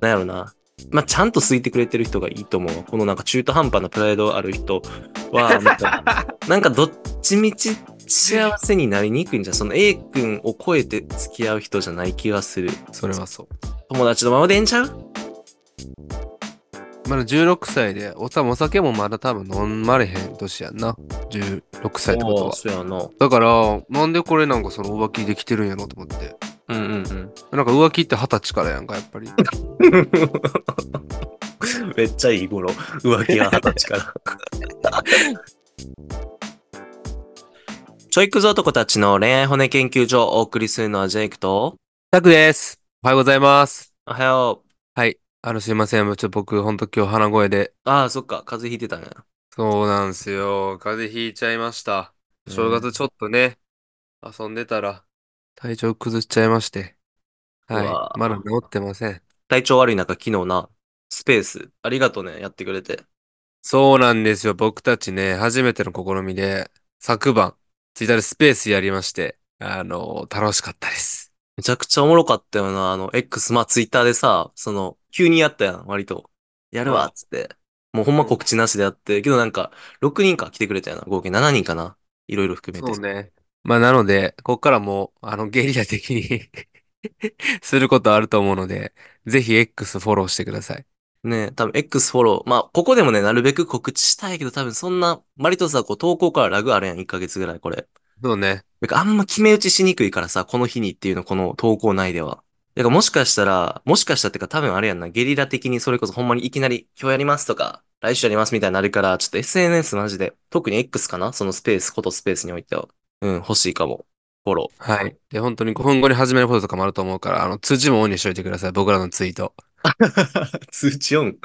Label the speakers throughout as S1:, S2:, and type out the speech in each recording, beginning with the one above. S1: なんやろな。まあ、ちゃんと好いてくれてる人がいいと思うわ。このなんか中途半端なプライドある人は、なんか、なんかどっちみち幸せになりにくいんじゃん。その A 君を超えて付き合う人じゃない気がする。
S2: それはそう。
S1: 友達のままでええんちゃう
S2: まだ16歳で、おさお酒もまだ多分飲まれへん年やんな。16歳ってこ
S1: おー
S2: とは。
S1: そうやな。
S2: だから、なんでこれなんかその浮気できてるんやろと思って。
S1: うんうん
S2: なんか浮気って二十歳からやんか、やっぱり。
S1: うん。めっちゃいい頃。浮気が二十歳から。ちょいくぞ男たちの恋愛骨研究所をお送りするのはジェイクと、
S2: タクです。おはようございます。
S1: おはよう。
S2: あの、すいません。ちょっと僕、ほんと今日鼻声で。
S1: ああ、そっか。風邪ひいてたね。
S2: そうなんすよ。風邪ひいちゃいました。正月ちょっとね、遊んでたら、体調崩しちゃいまして。は
S1: うわー
S2: い。まだ治ってません。
S1: 体調悪い中、昨日な、スペース、ありがとうね、やってくれて。
S2: そうなんですよ。僕たちね、初めての試みで、昨晩、ツイッターでスペースやりまして、あの、楽しかったです。
S1: めちゃくちゃおもろかったよな、あの、X、まあ、ツイッターでさ、その、急にやったやん、割と。やる
S2: うん
S1: わ、つって。もうほんま告知なしでやって、けどなんか、6人か来てくれたよな、合計7人かな。いろいろ含めて。
S2: そうね。まあ、なので、ここからも、あの、ゲリラ的に することあると思うので、ぜひ X フォローしてください。
S1: ね多分 X フォロー。まあ、ここでもね、なるべく告知したいけど、多分そんな、割とさ、こう、投稿からラグあるやん、1ヶ月ぐらい、これ。
S2: そうね。
S1: なんかあんま決め打ちしにくいからさ、この日にっていうの、この投稿内では。だからもしかしたら、もしかしたらってか多分あれやんな、ゲリラ的にそれこそほんまにいきなり今日やりますとか、来週やりますみたいになるから、ちょっと SNS マジで、特に X かなそのスペース、ことスペースにおいては。うん、欲しいかも。フォロー。
S2: はい。で、本当に5分後に始めることとかもあると思うから、あの、通知もオンにしといてください。僕らのツイート。
S1: 通知音。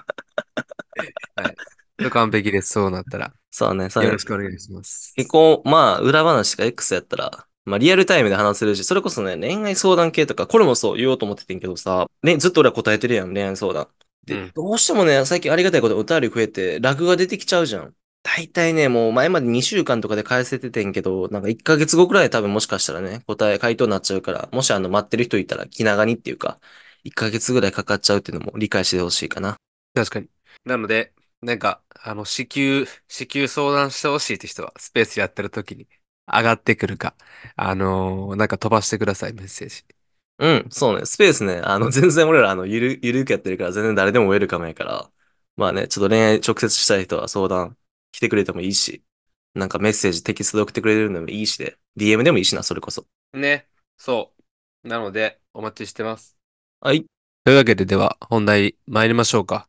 S2: 完璧です。そうなった ら。
S1: そうね、そう
S2: よ
S1: ね
S2: ろ。しくお願いします。
S1: 結構、まあ、裏話が X やったら、まあ、リアルタイムで話せるし、それこそね、恋愛相談系とか、これもそう言おうと思っててんけどさ、ね、ずっと俺は答えてるやん、恋愛相談。で、
S2: うん
S1: どうしてもね、最近ありがたいことにお便り増えて、ラグが出てきちゃうじゃん。大体ね、もう前まで2週間とかで返せててんけど、なんか1ヶ月後くらいで多分もしかしたらね、答え、回答になっちゃうから、もしあの、待ってる人いたら気長にっていうか、1ヶ月ぐらいかかっちゃうっていうのも理解してほしいかな。
S2: 確かに。なので、なんか、あの、支給、支給相談してほしいって人は、スペースやってる時に上がってくるか、あのーなんか飛ばしてください、メッセージ。
S1: うん、そうね。スペースね、あの、全然俺ら、あの、ゆる、ゆるくやってるから、全然誰でもウェルカムやから、まあね、ちょっと恋愛直接したい人は相談来てくれてもいいし、なんかメッセージ、テキストで送ってくれるのでもいいしで、DM でもいいしな、それこそ。
S2: ね、そう。なので、お待ちしてます。
S1: はい、行
S2: というわけで、では、本題参りましょうか。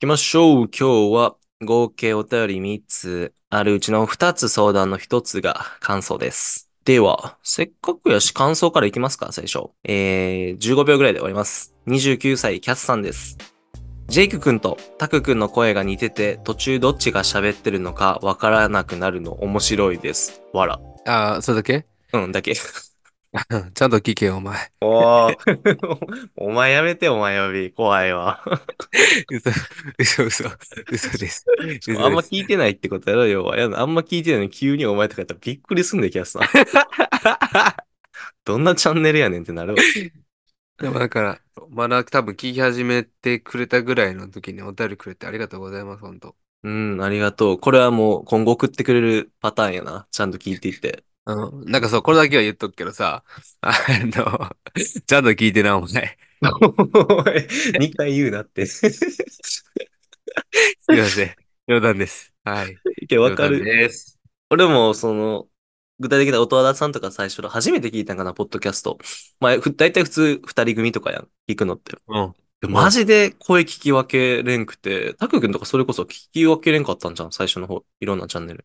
S1: きましょう。今日は、合計お便り3つあるうちの2つ相談の1つが感想です。では、せっかくやし、感想からいきますか、最初。えー、15秒ぐらいで終わります。29歳、キャスさんです。ジェイク君とタク君の声が似てて、途中どっちが喋ってるのかわからなくなるの面白いです。わら。
S2: ああ、それだけ
S1: うん、だけ。
S2: ちゃんと聞けよ、お前。
S1: お お前やめて、お前呼び。怖いわ。
S2: 嘘、嘘、嘘、嘘です。嘘です
S1: あんま聞いてないってことやろ、要は。やだあんま聞いてないのに急にお前とかやったらびっくりすんで、キャスさん。 どんなチャンネルやねんってなるわ。
S2: でもだから、まだ多分聞き始めてくれたぐらいの時にお便りくれてありがとうございます、本当。
S1: うん、ありがとう。これはもう今後送ってくれるパターンやな。ちゃんと聞いてい って。
S2: うん。なんかそう、これだけは言っとくけどさ、あの、ちゃんと聞いてな、お前。
S1: 2回言うなって。
S2: すいません。冗談です。はい。
S1: いや、わか
S2: 冗
S1: る。
S2: 談です。
S1: 俺も、その、具体的な音和田さんとか最初の初めて聞いたんかな、ポッドキャスト。まあ、ふ大体普通二人組とかやん、聞くのって。
S2: うん。
S1: でマジで声聞き分けれんくて、タク君とかそれこそ聞き分けれんかったんじゃん、最初の方。いろんなチャンネル。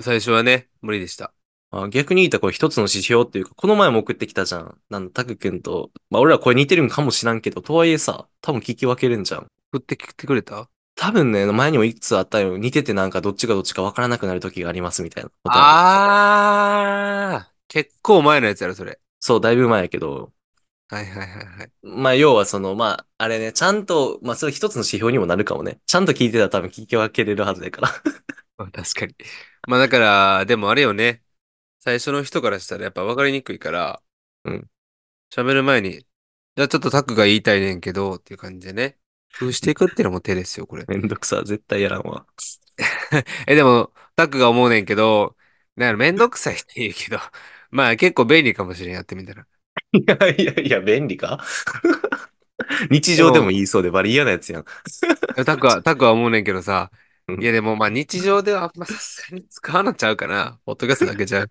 S2: 最初はね、無理でした。
S1: あ逆に言ったらこれ一つの指標っていうか、この前も送ってきたじゃん。なんタク君と、まあ俺ら声似てるんかもしらんけど、とはいえさ、多分聞き分けれんじゃん。
S2: 振ってきてくれた
S1: 多分ね、前にもいくつあったよ。似ててなんかどっちがどっちか分からなくなる時がありますみたいな。
S2: あー、結構前のやつやろ、それ。
S1: そう、だいぶ前やけど、
S2: はいはいはいはい。
S1: まあ、要はその、まあ、あれね、ちゃんと、まあ、それ一つの指標にもなるかもね。ちゃんと聞いてたら多分聞き分けれるはずだから。
S2: まあ確かに。まあだから、でもあれよね。最初の人からしたらやっぱ分かりにくいから、
S1: うん。
S2: 喋る前に、じゃあちょっとタクが言いたいねんけど、っていう感じでね。工夫していくっていうのも手ですよ、これ。
S1: めんどくさ、絶対やらんわ。
S2: え、でも、タクが思うねんけど、なんかめんどくさいって言うけど、 まあ結構便利かもしれん、やってみたら。
S1: いや いやいや、便利か 日常でも言いそうでバリ嫌なやつやん。
S2: タクは、タクは思うねんけどさ
S1: う、ん
S2: いやでもまあ日常ではあんまさすがに使わなちゃうかな。ポッドキャストだけじゃう。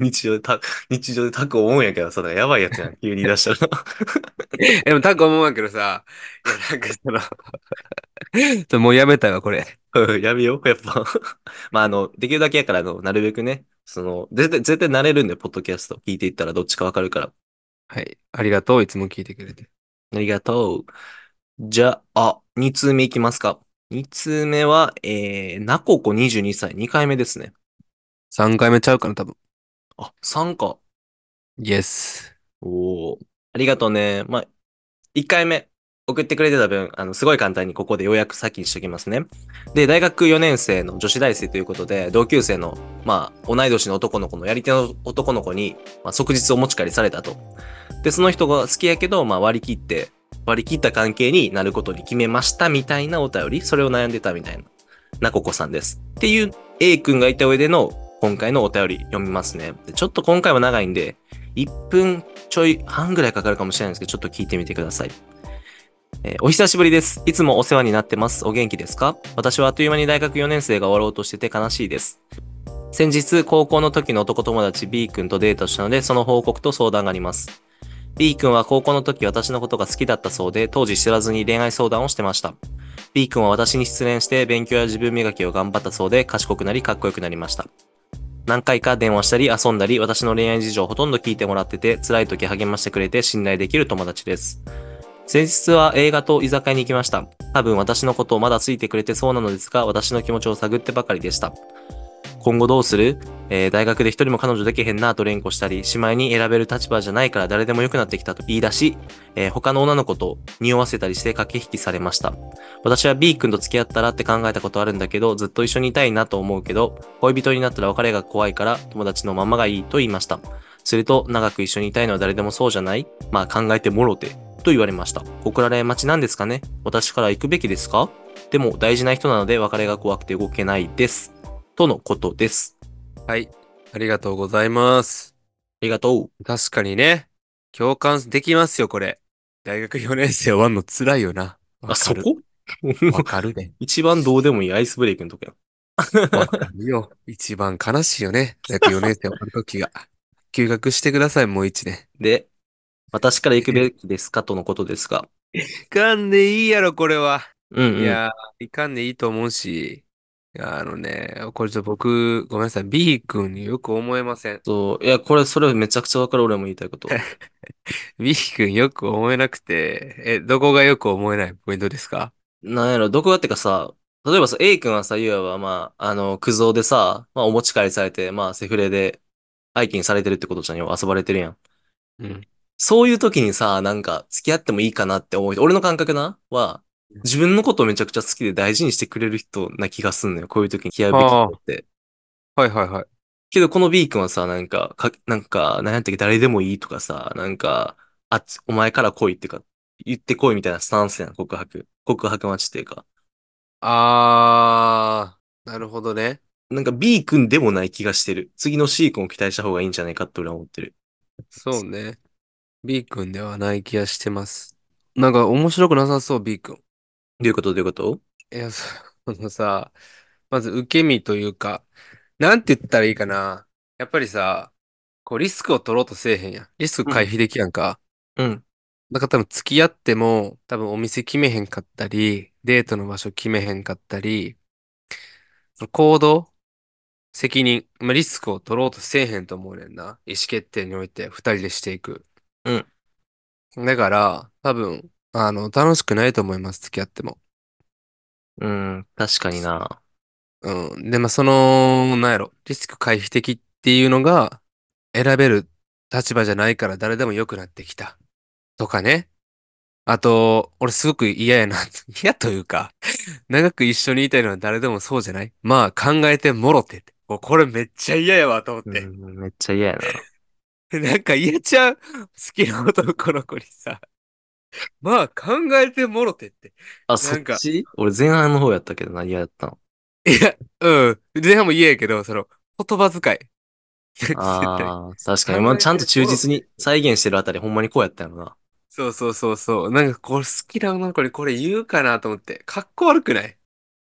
S1: 日常でた、日常でタク思うんやけどさ、やばいやつやん。急に出したら。
S2: でもタク思うんやけどさ、いやなんかその ちょ、もうやめたわ、これ。
S1: うん やめよう、やっぱ。まあ、あの、できるだけやから、あの、なるべくね、その、絶対、絶対慣れるんで、ポッドキャスト聞いていったらどっちかわかるから。
S2: はい。ありがとう。いつも聞いてくれて。
S1: ありがとう。じゃあ、2通目いきますか。2通目は、えー、なここ22歳、2回目ですね。
S2: 3回目ちゃうかな、多分。
S1: あ、3か。
S2: イエス。
S1: おお。ありがとうね。まあ、1回目送ってくれてた分、あの、すごい簡単にここでようやく先にしときますね。で、大学4年生の女子大生ということで、同級生の、まあ、同い年の男の子のやり手の男の子に、まあ、即日お持ち帰りされたと。で、その人が好きやけど、まあ、割り切って、割り切った関係になることに決めましたみたいなお便り、それを悩んでたみたいな、なここさんです。っていう A 君がいた上での、今回のお便り読みますね。でちょっと今回は長いんで、1分ちょい半ぐらいかかるかもしれないんですけど、ちょっと聞いてみてください。えーお久しぶりです。いつもお世話になってます。お元気ですか私はあっという間に大学4年生が終わろうとしてて悲しいです。先日、高校の時の男友達 B 君とデートしたので、その報告と相談があります。B 君は高校の時私のことが好きだったそうで、当時知らずに恋愛相談をしてました。B 君は私に失恋して勉強や自分磨きを頑張ったそうで、賢くなりかっこよくなりました。何回か電話したり遊んだり、私の恋愛事情をほとんど聞いてもらってて、辛い時励ましてくれて信頼できる友達です。先日は映画と居酒屋に行きました。多分私のことをまだついてくれてそうなのですが、私の気持ちを探ってばかりでした。今後どうする、えー大学で一人も彼女できへんなと連呼したり、しまいに選べる立場じゃないから誰でも良くなってきたと言い出し、えー他の女の子と匂わせたりして駆け引きされました。私は B 君と付き合ったらって考えたことあるんだけど、ずっと一緒にいたいなと思うけど、恋人になったら別れが怖いから友達のままがいいと言いました。すると、長く一緒にいたいのは誰でもそうじゃないまあ考えてもろて。と言われました。送られ待ちなんですかね私から行くべきですかでも大事な人なので別れが怖くて動けないです。とのことです。
S2: はい。ありがとうございます。
S1: ありがと
S2: 確かにね。共感できますよ、これ。大学4年生終わんの辛いよな。
S1: う。
S2: わかるわかるね。
S1: 一番どうでもいいアイスブレイクのとこやん。
S2: わかるよ。一番悲しいよね。大学4年生終わる時が。休学してください、もう一年。
S1: で、私から行くべきですかとのことですが。
S2: いかんでいいやろ、これは。
S1: うん、うん。
S2: いやー、いかんでいいと思うし。いやあのね、これちょっと僕、ごめんなさい。B 君によく思えません。
S1: そう、いや、これ、それめちゃくちゃわかる、俺も言いたいこと。
S2: B 君よく思えなくて、え、どこがよく思えないポイントですか
S1: なんやろ、どこがってかさ、例えばさ、A 君はさ、ゆうやは、まあ、あの、クズ男でさ、まあ、お持ち帰りされて、まあ、セフレで、相手にされてるってことじゃんよ、遊ばれてるやん。
S2: うん。
S1: そういう時にさ、なんか、付き合ってもいいかなって思う人、俺の感覚な、は、自分のことをめちゃくちゃ好きで大事にしてくれる人な気がすんのよ、こういう時に付き合うべき人って。
S2: はいはいはい。
S1: けど、この B 君はさ、なんか、か、なんか、なんやったっけ、誰でもいいとかさ、なんか、あっち、お前から来いってか、言って来いみたいなスタンスやん、告白。告白待ちっていうか。
S2: あー、なるほどね。
S1: なんか B 君でもない気がしてる。次の C 君を期待した方がいいんじゃないかって俺は思ってる。
S2: そうね。B 君ではない気がしてます。なんか面白くなさそう、B 君。
S1: どういうことどういうこと
S2: いや、そ そのさ、まず受け身というか、なんて言ったらいいかな。やっぱりさ、こうリスクを取ろうとせえへんやん。リスク回避できやんか。
S1: うん。
S2: だから多分付き合っても、多分お店決めへんかったり、デートの場所決めへんかったり、その行動、責任、まあ、リスクを取ろうとせえへんと思うねんな。意思決定において二人でしていく。
S1: うん。
S2: だから、多分、あの、楽しくないと思います、付き合っても。
S1: うん、確かにな。
S2: うん。で、まあ、その、なんやろ、リスク回避的っていうのが、選べる立場じゃないから誰でも良くなってきた。とかね。あと、俺すごく嫌やな。 嫌というか、長く一緒にいたいのは誰でもそうじゃないまあ、考えてもろてって。もうこれめっちゃ嫌やわ、と思っ
S1: う
S2: て。
S1: ん、めっちゃ嫌やな。
S2: なんか言えちゃう。好きな男の子にさ、まあ、考えてもろてって。
S1: あ、
S2: な
S1: そっ
S2: んか
S1: ち俺前半の方やったけど何やった の
S2: いや、うん。前半も嫌やけど、その、言葉遣い。
S1: ああ、確かに。
S2: 考えて
S1: まあ、ちゃんと忠実に再現してるあたり、ほんまにこうやったよな。
S2: そうそうそうそう。なんか、これ好きな女の子にこれ言うかなと思って。かっこ悪くない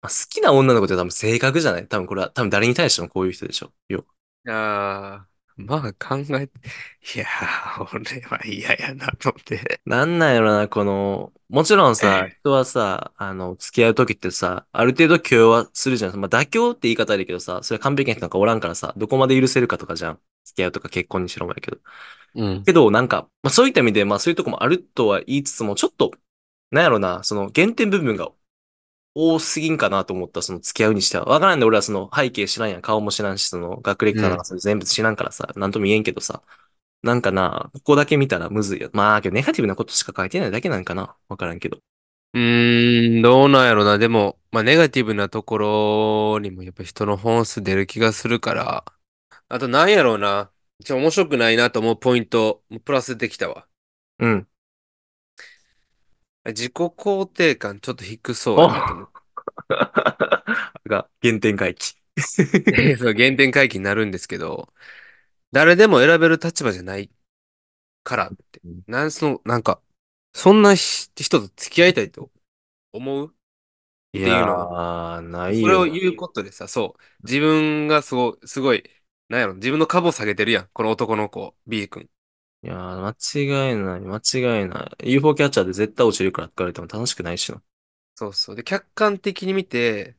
S1: まあ、好きな女の子って多分性格じゃない多分これは、多分誰に対してもこういう人でしょ。よ。
S2: ああ、まあ考えて、いやー、俺は嫌やなと思って。
S1: なんなんやろな、この、もちろんさ、人はさ、あの、付き合う時ってさ、ある程度許容はするじゃん。まあ、妥協って言い方だけどさ、それは完璧な人なんかおらんからさ、どこまで許せるかとかじゃん。付き合うとか結婚にしろもやけど。
S2: うん。
S1: けど、なんか、まあ、そういった意味で、まあ、そういうとこもあるとは言いつつも、ちょっと、なんやろな、その、原点部分が多すぎんかなと思った、その、付き合うにしては。わからんで、俺はその、背景知らんやん、顔も知らんし、その、学歴かなんか、それ全部知らんからさ、なんとも言えんけどさ。なんかな、ここだけ見たらむずいよ。まあ、けど、ネガティブなことしか書いてないだけなんかな。わからんけど。
S2: うーん、どうなんやろな。でも、まあ、ネガティブなところにもやっぱ人の本数出る気がするから。あと、なんやろうな。ちょ、面白くないなと思うポイント、プラスできたわ。
S1: うん。
S2: 自己肯定感ちょっと低そうやなと思って。
S1: が、原点回帰。
S2: そう、原点回帰になるんですけど、誰でも選べる立場じゃないからって
S1: うん。
S2: なんその、なんか、そんなひ人と付き合いたいと思う
S1: い
S2: いうの
S1: やー、ない
S2: それを
S1: よ。
S2: 言うことでさ、そう、自分がすご、すごい、なんやろ、自分の株を下げてるやん。この男の子、B 君。
S1: いやー、間違いない、間違いない。UFO キャッチャーで絶対落ちるからって言われても楽しくないしな。
S2: そうそう。で、客観的に見て、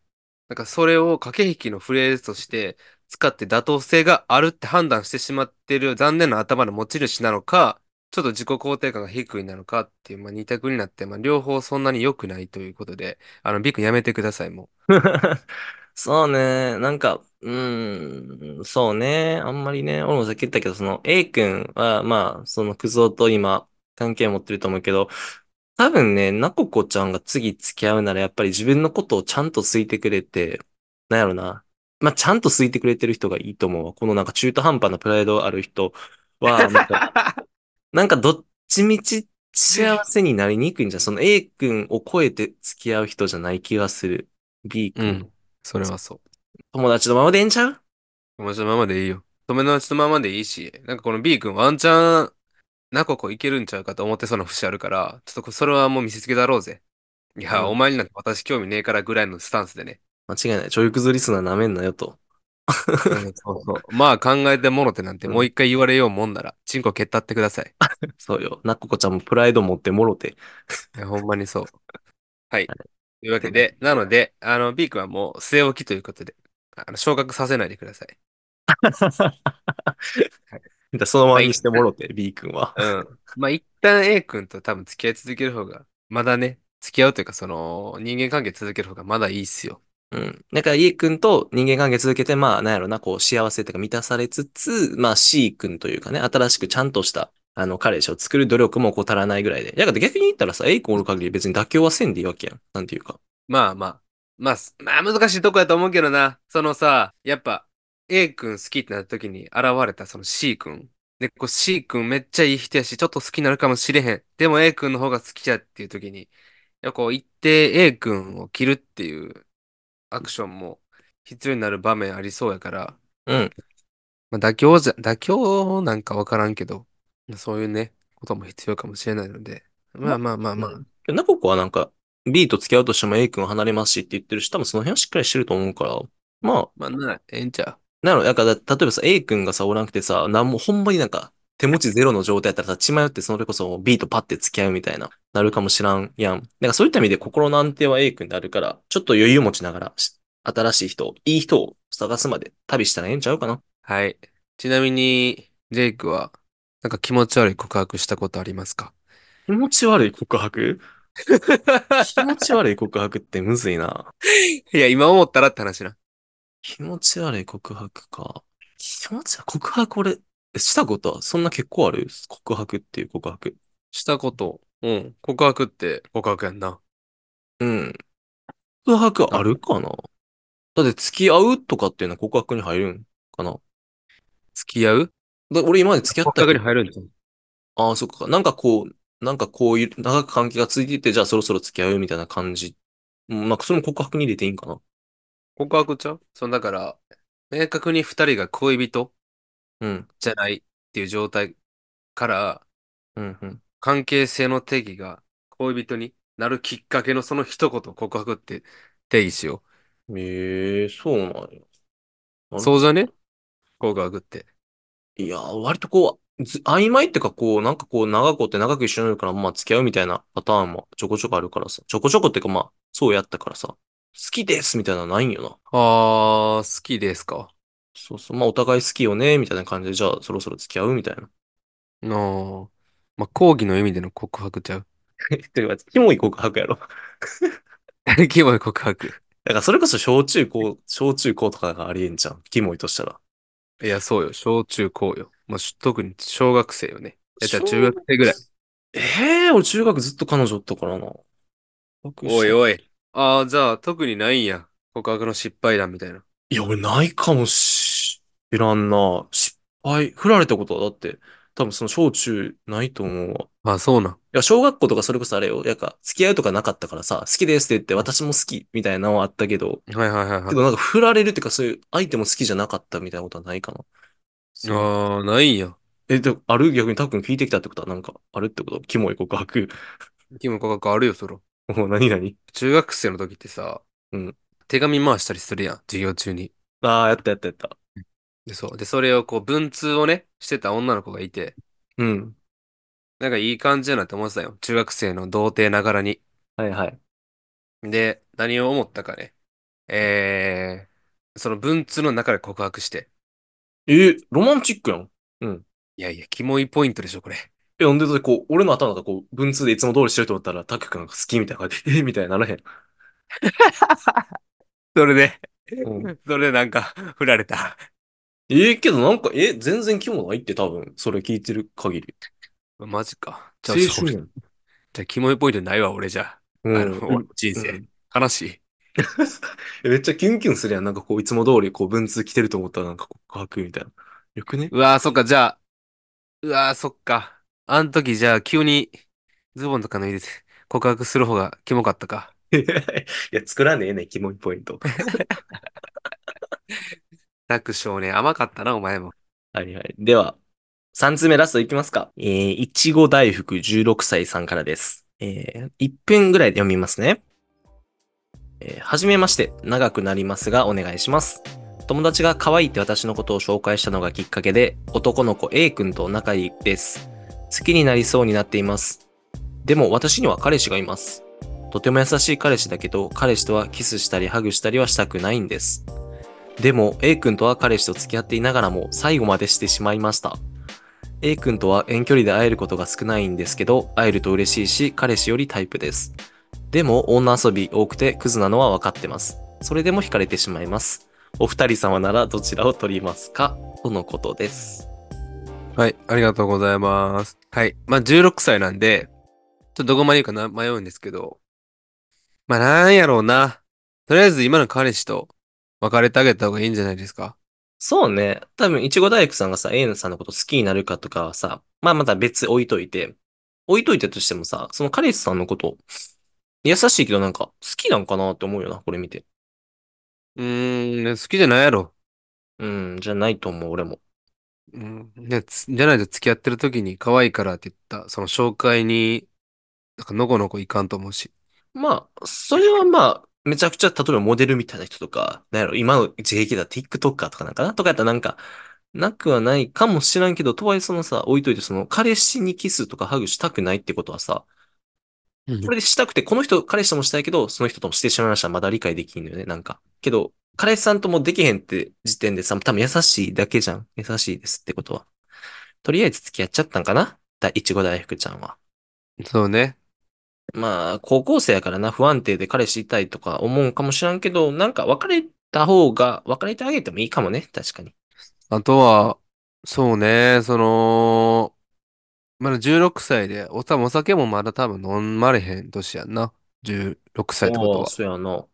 S2: なんかそれを駆け引きのフレーズとして使って妥当性があるって判断してしまってる残念な頭の持ち主なのか、ちょっと自己肯定感が低いなのかっていう、まあ、二択になって、まあ、両方そんなに良くないということで、あの、ビクやめてください、も
S1: そうね、なんか、うーん、そうね、あんまりね、俺もさっき言ったけど、その A 君は、まあ、そのクゾと今、関係持ってると思うけど、多分ね、ナココちゃんが次付き合うなら、やっぱり自分のことをちゃんと好いてくれて、なんやろな、まあ、ちゃんと好いてくれてる人がいいと思うわ。このなんか中途半端なプライドある人は、なんか、なんかどっちみち幸せになりにくいんじゃん。その A 君を超えて付き合う人じゃない気がする。B
S2: う。う
S1: 君。
S2: ん。それはそう。
S1: 友達のままでええんちゃう
S2: 友達のままでいいよ。友達のままでいいし、なんかこの B 君ワンチャン、ナココいけるんちゃうかと思ってそうな節あるから、ちょっとそれはもう見せつけだろうぜ。いや、
S1: うん
S2: お前になんて私興味ねえからぐらいのスタンスでね。
S1: 間違いない。ちょいくずリスナー舐めんなよと。
S2: うんそうそう。まあ考えてもろてなんてもう一回言われようもんなら、チンコ蹴ったってください。
S1: そうよ。なっここちゃんもプライド持ってもろて。
S2: いやほんまにそう。はい。というわけで、なので、あの、B 君はもう据え置きということで、あの、昇格させないでください。
S1: そのままにしてもろて、B 君は。
S2: うん。まあ一旦 A 君と多分付き合い続ける方が、まだね、付き合うというかその、人間関係続ける方がまだいいっすよ。
S1: うん。だから A 君と人間関係続けて、まあ、なんやろな、こう、幸せとか満たされつつ、まあ C 君というかね、新しくちゃんとした、あの、彼氏を作る努力も怠らないぐらいで。だから逆に言ったらさ、A 君おる限り別に妥協はせんでいいわけやん。なんていうか。
S2: まあまあ、まあ、すまあ難しいとこやと思うけどな。そのさ、やっぱ A 君好きってなった時に現れたその C 君。で、こう C 君めっちゃいい人やし、ちょっと好きになるかもしれへん。でも A 君の方が好きやっていう時に、やっぱこう一定 A 君を切るっていうアクションも必要になる場面ありそうやから、
S1: うん。
S2: まあ妥協じゃ、妥協なんかわからんけど、まあそういうね、ことも必要かもしれないので、まあまあまあまあ、
S1: うん。ナココはなんか、B と付き合うとしても A 君は離れますしって言ってるし、多分その辺はしっかりしてると思うから、まあ、
S2: まあならええんちゃ
S1: なの、だから、例えばさ、A 君がさ、おらんくてさ、なんも、ほんまになんか、手持ちゼロの状態やったらさ、血迷ってそれこそ B とパッて付き合うみたいな、なるかもしらんやん。だからそういった意味で心の安定は A 君であるから、ちょっと余裕持ちながら、し新しい人、いい人を探すまで旅したらええんちゃうかな。
S2: う。はい。ちなみに、ジェイクは、なんか気持ち悪い告白したことありますか
S1: 気持ち悪い告白 気持ち悪い告白ってむずいな。
S2: いや、今思ったらって話な。
S1: 気持ち悪い告白か。気持ち悪い、告白俺、えしたことはそんな結構ある告白っていう告白。
S2: したこと。うん。告白って告白やんな。
S1: うん。告白あるかなだって付き合うとかっていうのは告白に入るんかな
S2: 付き合う
S1: だ俺今まで付き合ったけ
S2: 告白に
S1: ど、
S2: 入るんじゃん。
S1: ああ、そっか。なんかこう、なんかこういう、長く関係が続いてて、じゃあそろそろ付き合うよみたいな感じ。うんまあ、それも告白に入れていいんかな。
S2: 告白ちゃうそのだから、明確に二人が恋人
S1: うん。
S2: じゃないっていう状態から、
S1: うん、うん。
S2: 関係性の定義が恋人になるきっかけのその一言告白って定義しよ
S1: ええそうなんや。
S2: う。
S1: うん
S2: そうじゃね告白って。
S1: いやー、割とこう、ず曖昧ってかこう、なんかこう、長くおって長く一緒にいるから、まあ付き合うみたいなパターンもちょこちょこあるからさ。ちょこちょこってかまあ、そうやったからさ。好きですみたいなのないんよな。
S2: あー、好きですか。
S1: そうそう。まあお互い好きよね、みたいな感じで、じゃあそろそろ付き合うみたいな。
S2: あー。まあ、講義の意味での告白ちゃう。
S1: てか、キモい告白やろ。 だか
S2: キモい告白。
S1: らそれこそ小中高、小中高とかがありえんじゃん。キモいとしたら。
S2: いや、そうよ。小中高よ。まあ、し特に小学生よね。いや、じゃあ
S1: 小
S2: 中学生ぐらい。
S1: ええ俺中学ずっと彼女おったからな。
S2: おい
S1: い。
S2: おい。ああ、じゃあ特にないんや。告白の失敗談みたいな。
S1: いや、俺ないかもし知らんな。失敗。振られたことは、だって、多分その小中ないと思うわ。い
S2: ああ、そうなん。
S1: や、小学校とかそれこそあれよ。なんか、付き合うとかなかったからさ、好きですって言って、私も好き、みたいなのはあったけど、
S2: はいはいはいは
S1: け
S2: い。
S1: どなんか振られるっていうか、そういう相手も好きじゃなかったみたいなことはないかな。そう
S2: ああ、ないんや。
S1: え、で、ある逆にたくん聞いてきたってことはなんか、あるってことキモい告白。
S2: キム告白あるよ、そら。
S1: もう何々
S2: 中学生の時ってさ、
S1: うん
S2: 手紙回したりするやん、授業中に。
S1: ああ、やったやったやった。
S2: で、そう。で、それをこう、文通をね、してた女の子がいて、
S1: うん。
S2: なんかいい感じやなって思ってたよ。中学生の童貞ながらに。
S1: はいはい。
S2: で、何を思ったかね。えー、その文通の中で告白して。
S1: えーロマンチックやん。
S2: いやいや、キモいポイントでしょ、 これ。
S1: え、なんでだってこう、俺の頭がこう、文通でいつも通りしてると思ったら、タク君が好きみたいな感じで、え みたいにならへん。
S2: それで、
S1: う
S2: それでなんか、振られた。
S1: ええけどなんか、え、全然キモないって多分、それ聞いてる限り。
S2: マジか。じゃ
S1: 青
S2: あ、そう
S1: 春やん。
S2: じゃあ、キモいポイントないわ、俺じゃ。
S1: う
S2: あ
S1: ん
S2: の、俺の人
S1: う
S2: 生
S1: ん。
S2: 悲しい。
S1: えめっちゃキュンキュンするやん。なんかこう、いつも通りこう、文通来てると思ったらなんか告白みたいな。よくね
S2: うわー、そっか、じゃあ、うわー、そっか。あの時、じゃあ、急に、ズボンとか脱いでて、告白する方がキモかったか。
S1: いや、作らねえね、キモいポイント。
S2: 楽勝ね、甘かったな、お前も。
S1: はいはい。では、3つ目ラストいきますか。えー、いちご大福16歳さんからです。えー、1分ぐらいで読みますね。えーはじめまして、長くなりますがお願いします。友達が可愛いって私のことを紹介したのがきっかけで、男の子 A 君と仲いいです。好きになりそうになっています。でも私には彼氏がいます。とても優しい彼氏だけど、彼氏とはキスしたりハグしたりはしたくないんです。でも A 君とは彼氏と付き合っていながらも最後までしてしまいました。A 君とは遠距離で会えることが少ないんですけど、会えると嬉しいし、彼氏よりタイプです。でも女遊び多くてクズなのは分かってます。それでも惹かれてしまいます。お二人様ならどちらを取りますかとのことです。
S2: はい、ありがとうございます。はい、まあ、16歳なんで、ちょっとどこまで言うかな、迷うんですけど、まあ、なんやろうな。とりあえず、今の彼氏と別れてあげた方がいいんじゃないですか。
S1: そうね。多分、いちご大福さんがさ、A さんのこと好きになるかとかはさ、まあまた別置いといて、置いといたとしてもさ、その彼氏さんのこと、優しいけどなんか好きなんかなって思うよな、これ見て。
S2: うーん、ね好きじゃないやろ。
S1: うん、じゃないと思う、俺も。
S2: うん、ねつじゃないと付き合ってる時に可愛いからって言った、その紹介に、なんかのこのこいかんと思うし。
S1: まあ、それはまあ、めちゃくちゃ、例えばモデルみたいな人とか、なんやろ、今の JK だ、TikToker とかなんかなとかやったらなんか、なくはないかもしらんけど、とはいえそのさ、置いといて、その、彼氏にキスとかハグしたくないってことはさ、これでしたくて、この人、彼氏ともしたいけど、その人ともしてしまいました。まだ理解できんのよね、なんか。けど、彼氏さんともできへんって時点でさ、多分優しいだけじゃん。優しいですってことは。とりあえず付き合っちゃったんかなだ、いちご大福ちゃんは。
S2: そうね。
S1: まあ、高校生やからな、不安定で彼氏いたいとか思うんかもしらんけど、なんか別れた方が、別れてあげてもいいかもね、確かに。
S2: あとは、そうね、その、まだ16歳で、おたお酒もまだ多分飲まれへん年やんな。16歳ってこと
S1: ああ
S2: は。
S1: そうやな。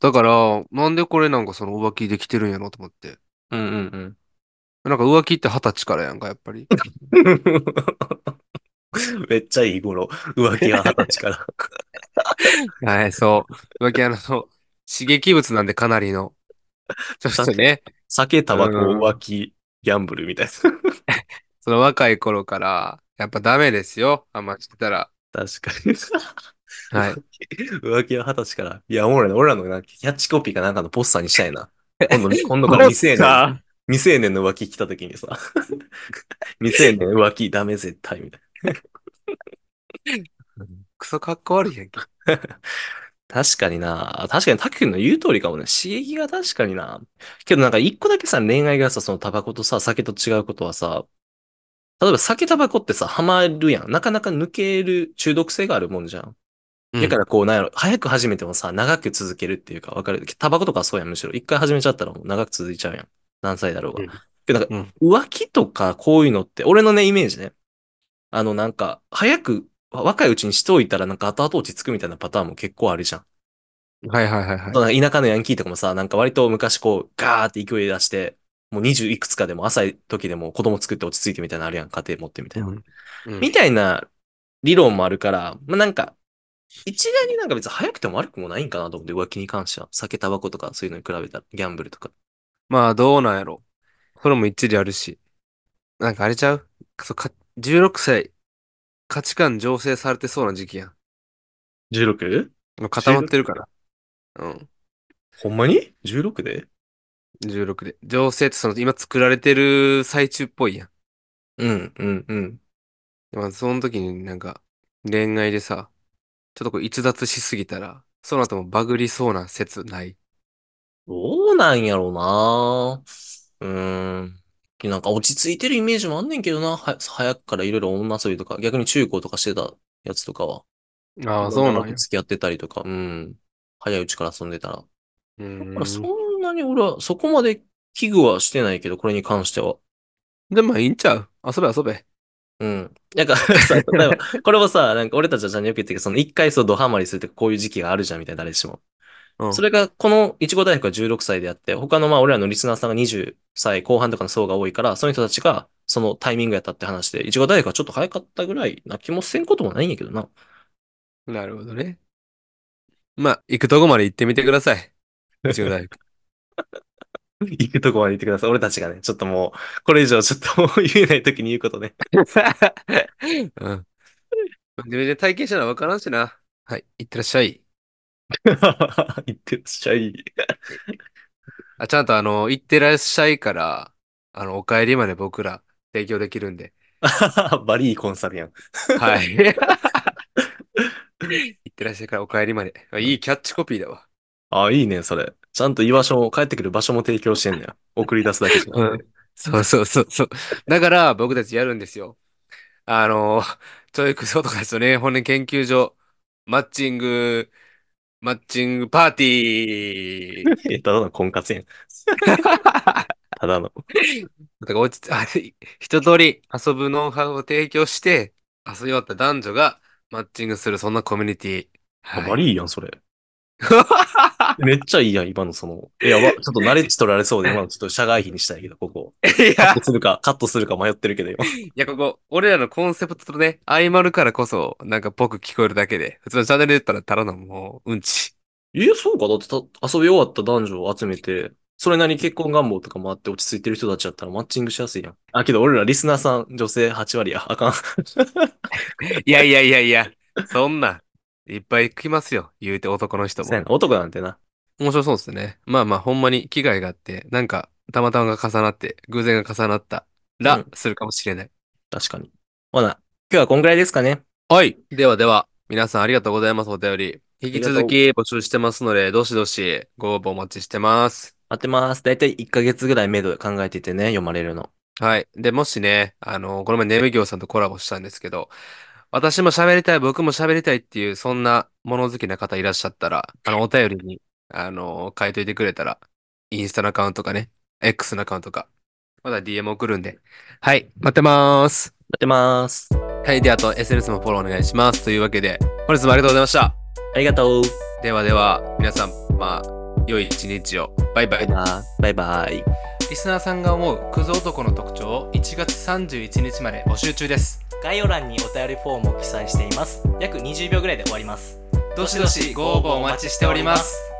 S2: だから、なんでこれなんかその浮気できてるんやろと思って。
S1: うんうんうん。
S2: なんか浮気って二十歳からやんか、やっぱり。
S1: めっちゃいい頃。浮気は二十歳 から。
S2: はい、そう。浮気あの、刺激物なんでかなりの。そしてね、
S1: 酒、タバコ、
S2: うん
S1: 浮気、ギャンブルみたい
S2: その若い頃から、やっぱダメですよ。あんましてたら。
S1: な。確かに。
S2: はい。
S1: 浮気は二十歳から。いや、おもろいな。俺らのなんかキャッチコピーかなんかのポスターにしたいな。今度、 今度から未成年、
S2: あ
S1: 未成年の浮気来た時にさ。 未成年浮気ダメ絶対みたい
S2: クソかっこ悪いやんけ。
S1: な。確かにな。確かに、タキ君の言う通りかもね。刺激が確かにな。けどなんか一個だけさ、恋愛がさ、そのタバコとさ、酒と違うことはさ、例えば酒タバコってさ、ハマるやん。なかなか抜ける中毒性があるもんじゃん。
S2: うん
S1: だからこう、なんやろ、早く始めてもさ、長く続けるっていうか、わかる。タバコとかはそうやん、むしろ。一回始めちゃったらもう長く続いちゃうやん。何歳だろうが。
S2: うん
S1: けどなんか、浮気とかこういうのって、俺のね、イメージね。あの、なんか、早く、若いうちにしておいたら、なんか後々落ち着くみたいなパターンも結構あるじゃん。
S2: はいはいはいはい。
S1: なんか田舎のヤンキーとかもさ、なんか割と昔こう、ガーって勢い出して、もう20いくつかでも浅い時でも子供作って落ち着いてみたいなのあるやん、家庭持ってみたいな。
S2: うん
S1: みたいな理論もあるから、まあ、なんか、一概になんか別に早くても悪くもないんかなと思って、浮気に関しては。酒、タバコとかそういうのに比べたら、ギャンブルとか。
S2: まあ、どうなんやろ。それも一理あるし。なんかあれちゃうそうか、16歳、価値観醸成されてそうな時期やん。
S1: 16?
S2: もう固まってるから。うん。
S1: ほんまに ?16 で
S2: 16で。情勢ってその今作られてる最中っぽいやん。
S1: うん、うん、うん。
S2: まあ、その時になんか恋愛でさ、ちょっとこう逸脱しすぎたら、その後もバグりそうな説ない。
S1: どうなんやろうなうーん。なんか落ち着いてるイメージもあんねんけどな。は、早くからいろいろ女遊びとか、逆に中高とかしてたやつとかは。
S2: ああ、そうなんや。
S1: 付き合ってたりとか、うん。早いうちから遊んでたら。
S2: う
S1: だからそ
S2: ん。
S1: んなに俺は、そこまで危惧はしてないけど、これに関しては。
S2: でもまあいいんちゃう遊べ遊べ。
S1: うん。なんか さ、例えば、これもさ、なんか俺たちはジャニオケっていうか、その一回そうドハマりするとか、こういう時期があるじゃんみたいな、誰しも。
S2: うん
S1: それが、このいちご大福は16歳であって、他のまあ俺らのリスナーさんが20歳後半とかの層が多いから、その人たちがそのタイミングやったって話で、いちご大福はちょっと早かったぐらいな気もせんこともないんやけどな。
S2: なるほどね。まあ、行くとこまで行ってみてください。うちの大学。
S1: 行くとこまで行ってください。俺たちがね、ちょっともう、これ以上ちょっともう言えない時に言うことね。
S2: うん。自分で体験したらわからんしな。はい、行ってらっしゃい。
S1: 言ってらっしゃい。
S2: あ、ちゃんとあの、行ってらっしゃいから、あの、お帰りまで僕ら提供できるんで。
S1: バリーコンサルやん。
S2: はい。 行ってらっしゃいからお帰りまで。あいいキャッチコピーだわ。
S1: ああ、いいね、それ。ちゃんと居場所も、帰ってくる場所も提供してんだよ。送り出すだけじゃなくて。
S2: そうそうそうそう。だから僕たちやるんですよ。あの、教育所とかですよね、本音研究所、マッチング、マッチングパーティー。
S1: えただの婚活やん。ただの。
S2: だから落ち着あれ一通り遊ぶノウハウを提供して、遊び終わった男女がマッチングする、そんなコミュニティ。はい
S1: バリーやん、 それ。めっちゃいいやん、今のその。いや、わちょっとナレッジ取られそうで、今のちょっと社外費にしたいけど、ここ。
S2: い
S1: カ
S2: や
S1: ッ、トするか、カットするか迷ってるけど、今。
S2: いや、ここ、俺らのコンセプトとね、相まるからこそ、なんか僕聞こえるだけで、普通のチャンネルで言ったら、ただのもう、うんち。
S1: え、そうか。だってた遊び終わった男女を集めて、それなりに結婚願望とかもあって落ち着いてる人たちだったらマッチングしやすいやん。あ、けど俺らリスナーさん女性8割や。あかん。
S2: いやいやいやいや、そんな、いっぱい来ますよ、言うて男の人
S1: そうや
S2: も。
S1: な男なんてな。
S2: 面白そうですね。まあまあ、ほんまに機会があって、なんか、たまたまが重なって、偶然が重なったら、
S1: うん
S2: するかもしれない。
S1: 確かに。ほな、今日はこんぐらいですかね。
S2: はい。ではでは、皆さんありがとうございます、お便り。引き続
S1: あ
S2: き募集してますので、どしどしご応募お待ちしてます。
S1: 待ってます。だいたい1ヶ月ぐらい目処で考えててね、読まれるの。
S2: はい。で、もしね、あの、この前、ネムギョさんとコラボしたんですけど、私も喋りたい、僕も喋りたいっていう、そんな物好きな方いらっしゃったら、あの、お便りに、あの、書いといてくれたら、インスタのアカウントかね、X のアカウントか、まだ DM 送るんで。はい。待ってます。
S1: 待ってます。
S2: はい。で、あと、SNS もフォローお願いします。というわけで、本日もありがとうございました。
S1: ありがとう。
S2: ではでは、皆さん、まあ、良い一日を。バイバイ
S1: バイ。バイ。バイバイ。
S2: いリスナーさんが思うクズ男の特徴を1月31日まで募集中です
S1: 概要欄にお便りフォームを記載しています約20秒ぐらいで終わります
S2: どしどしご応募お待ちしております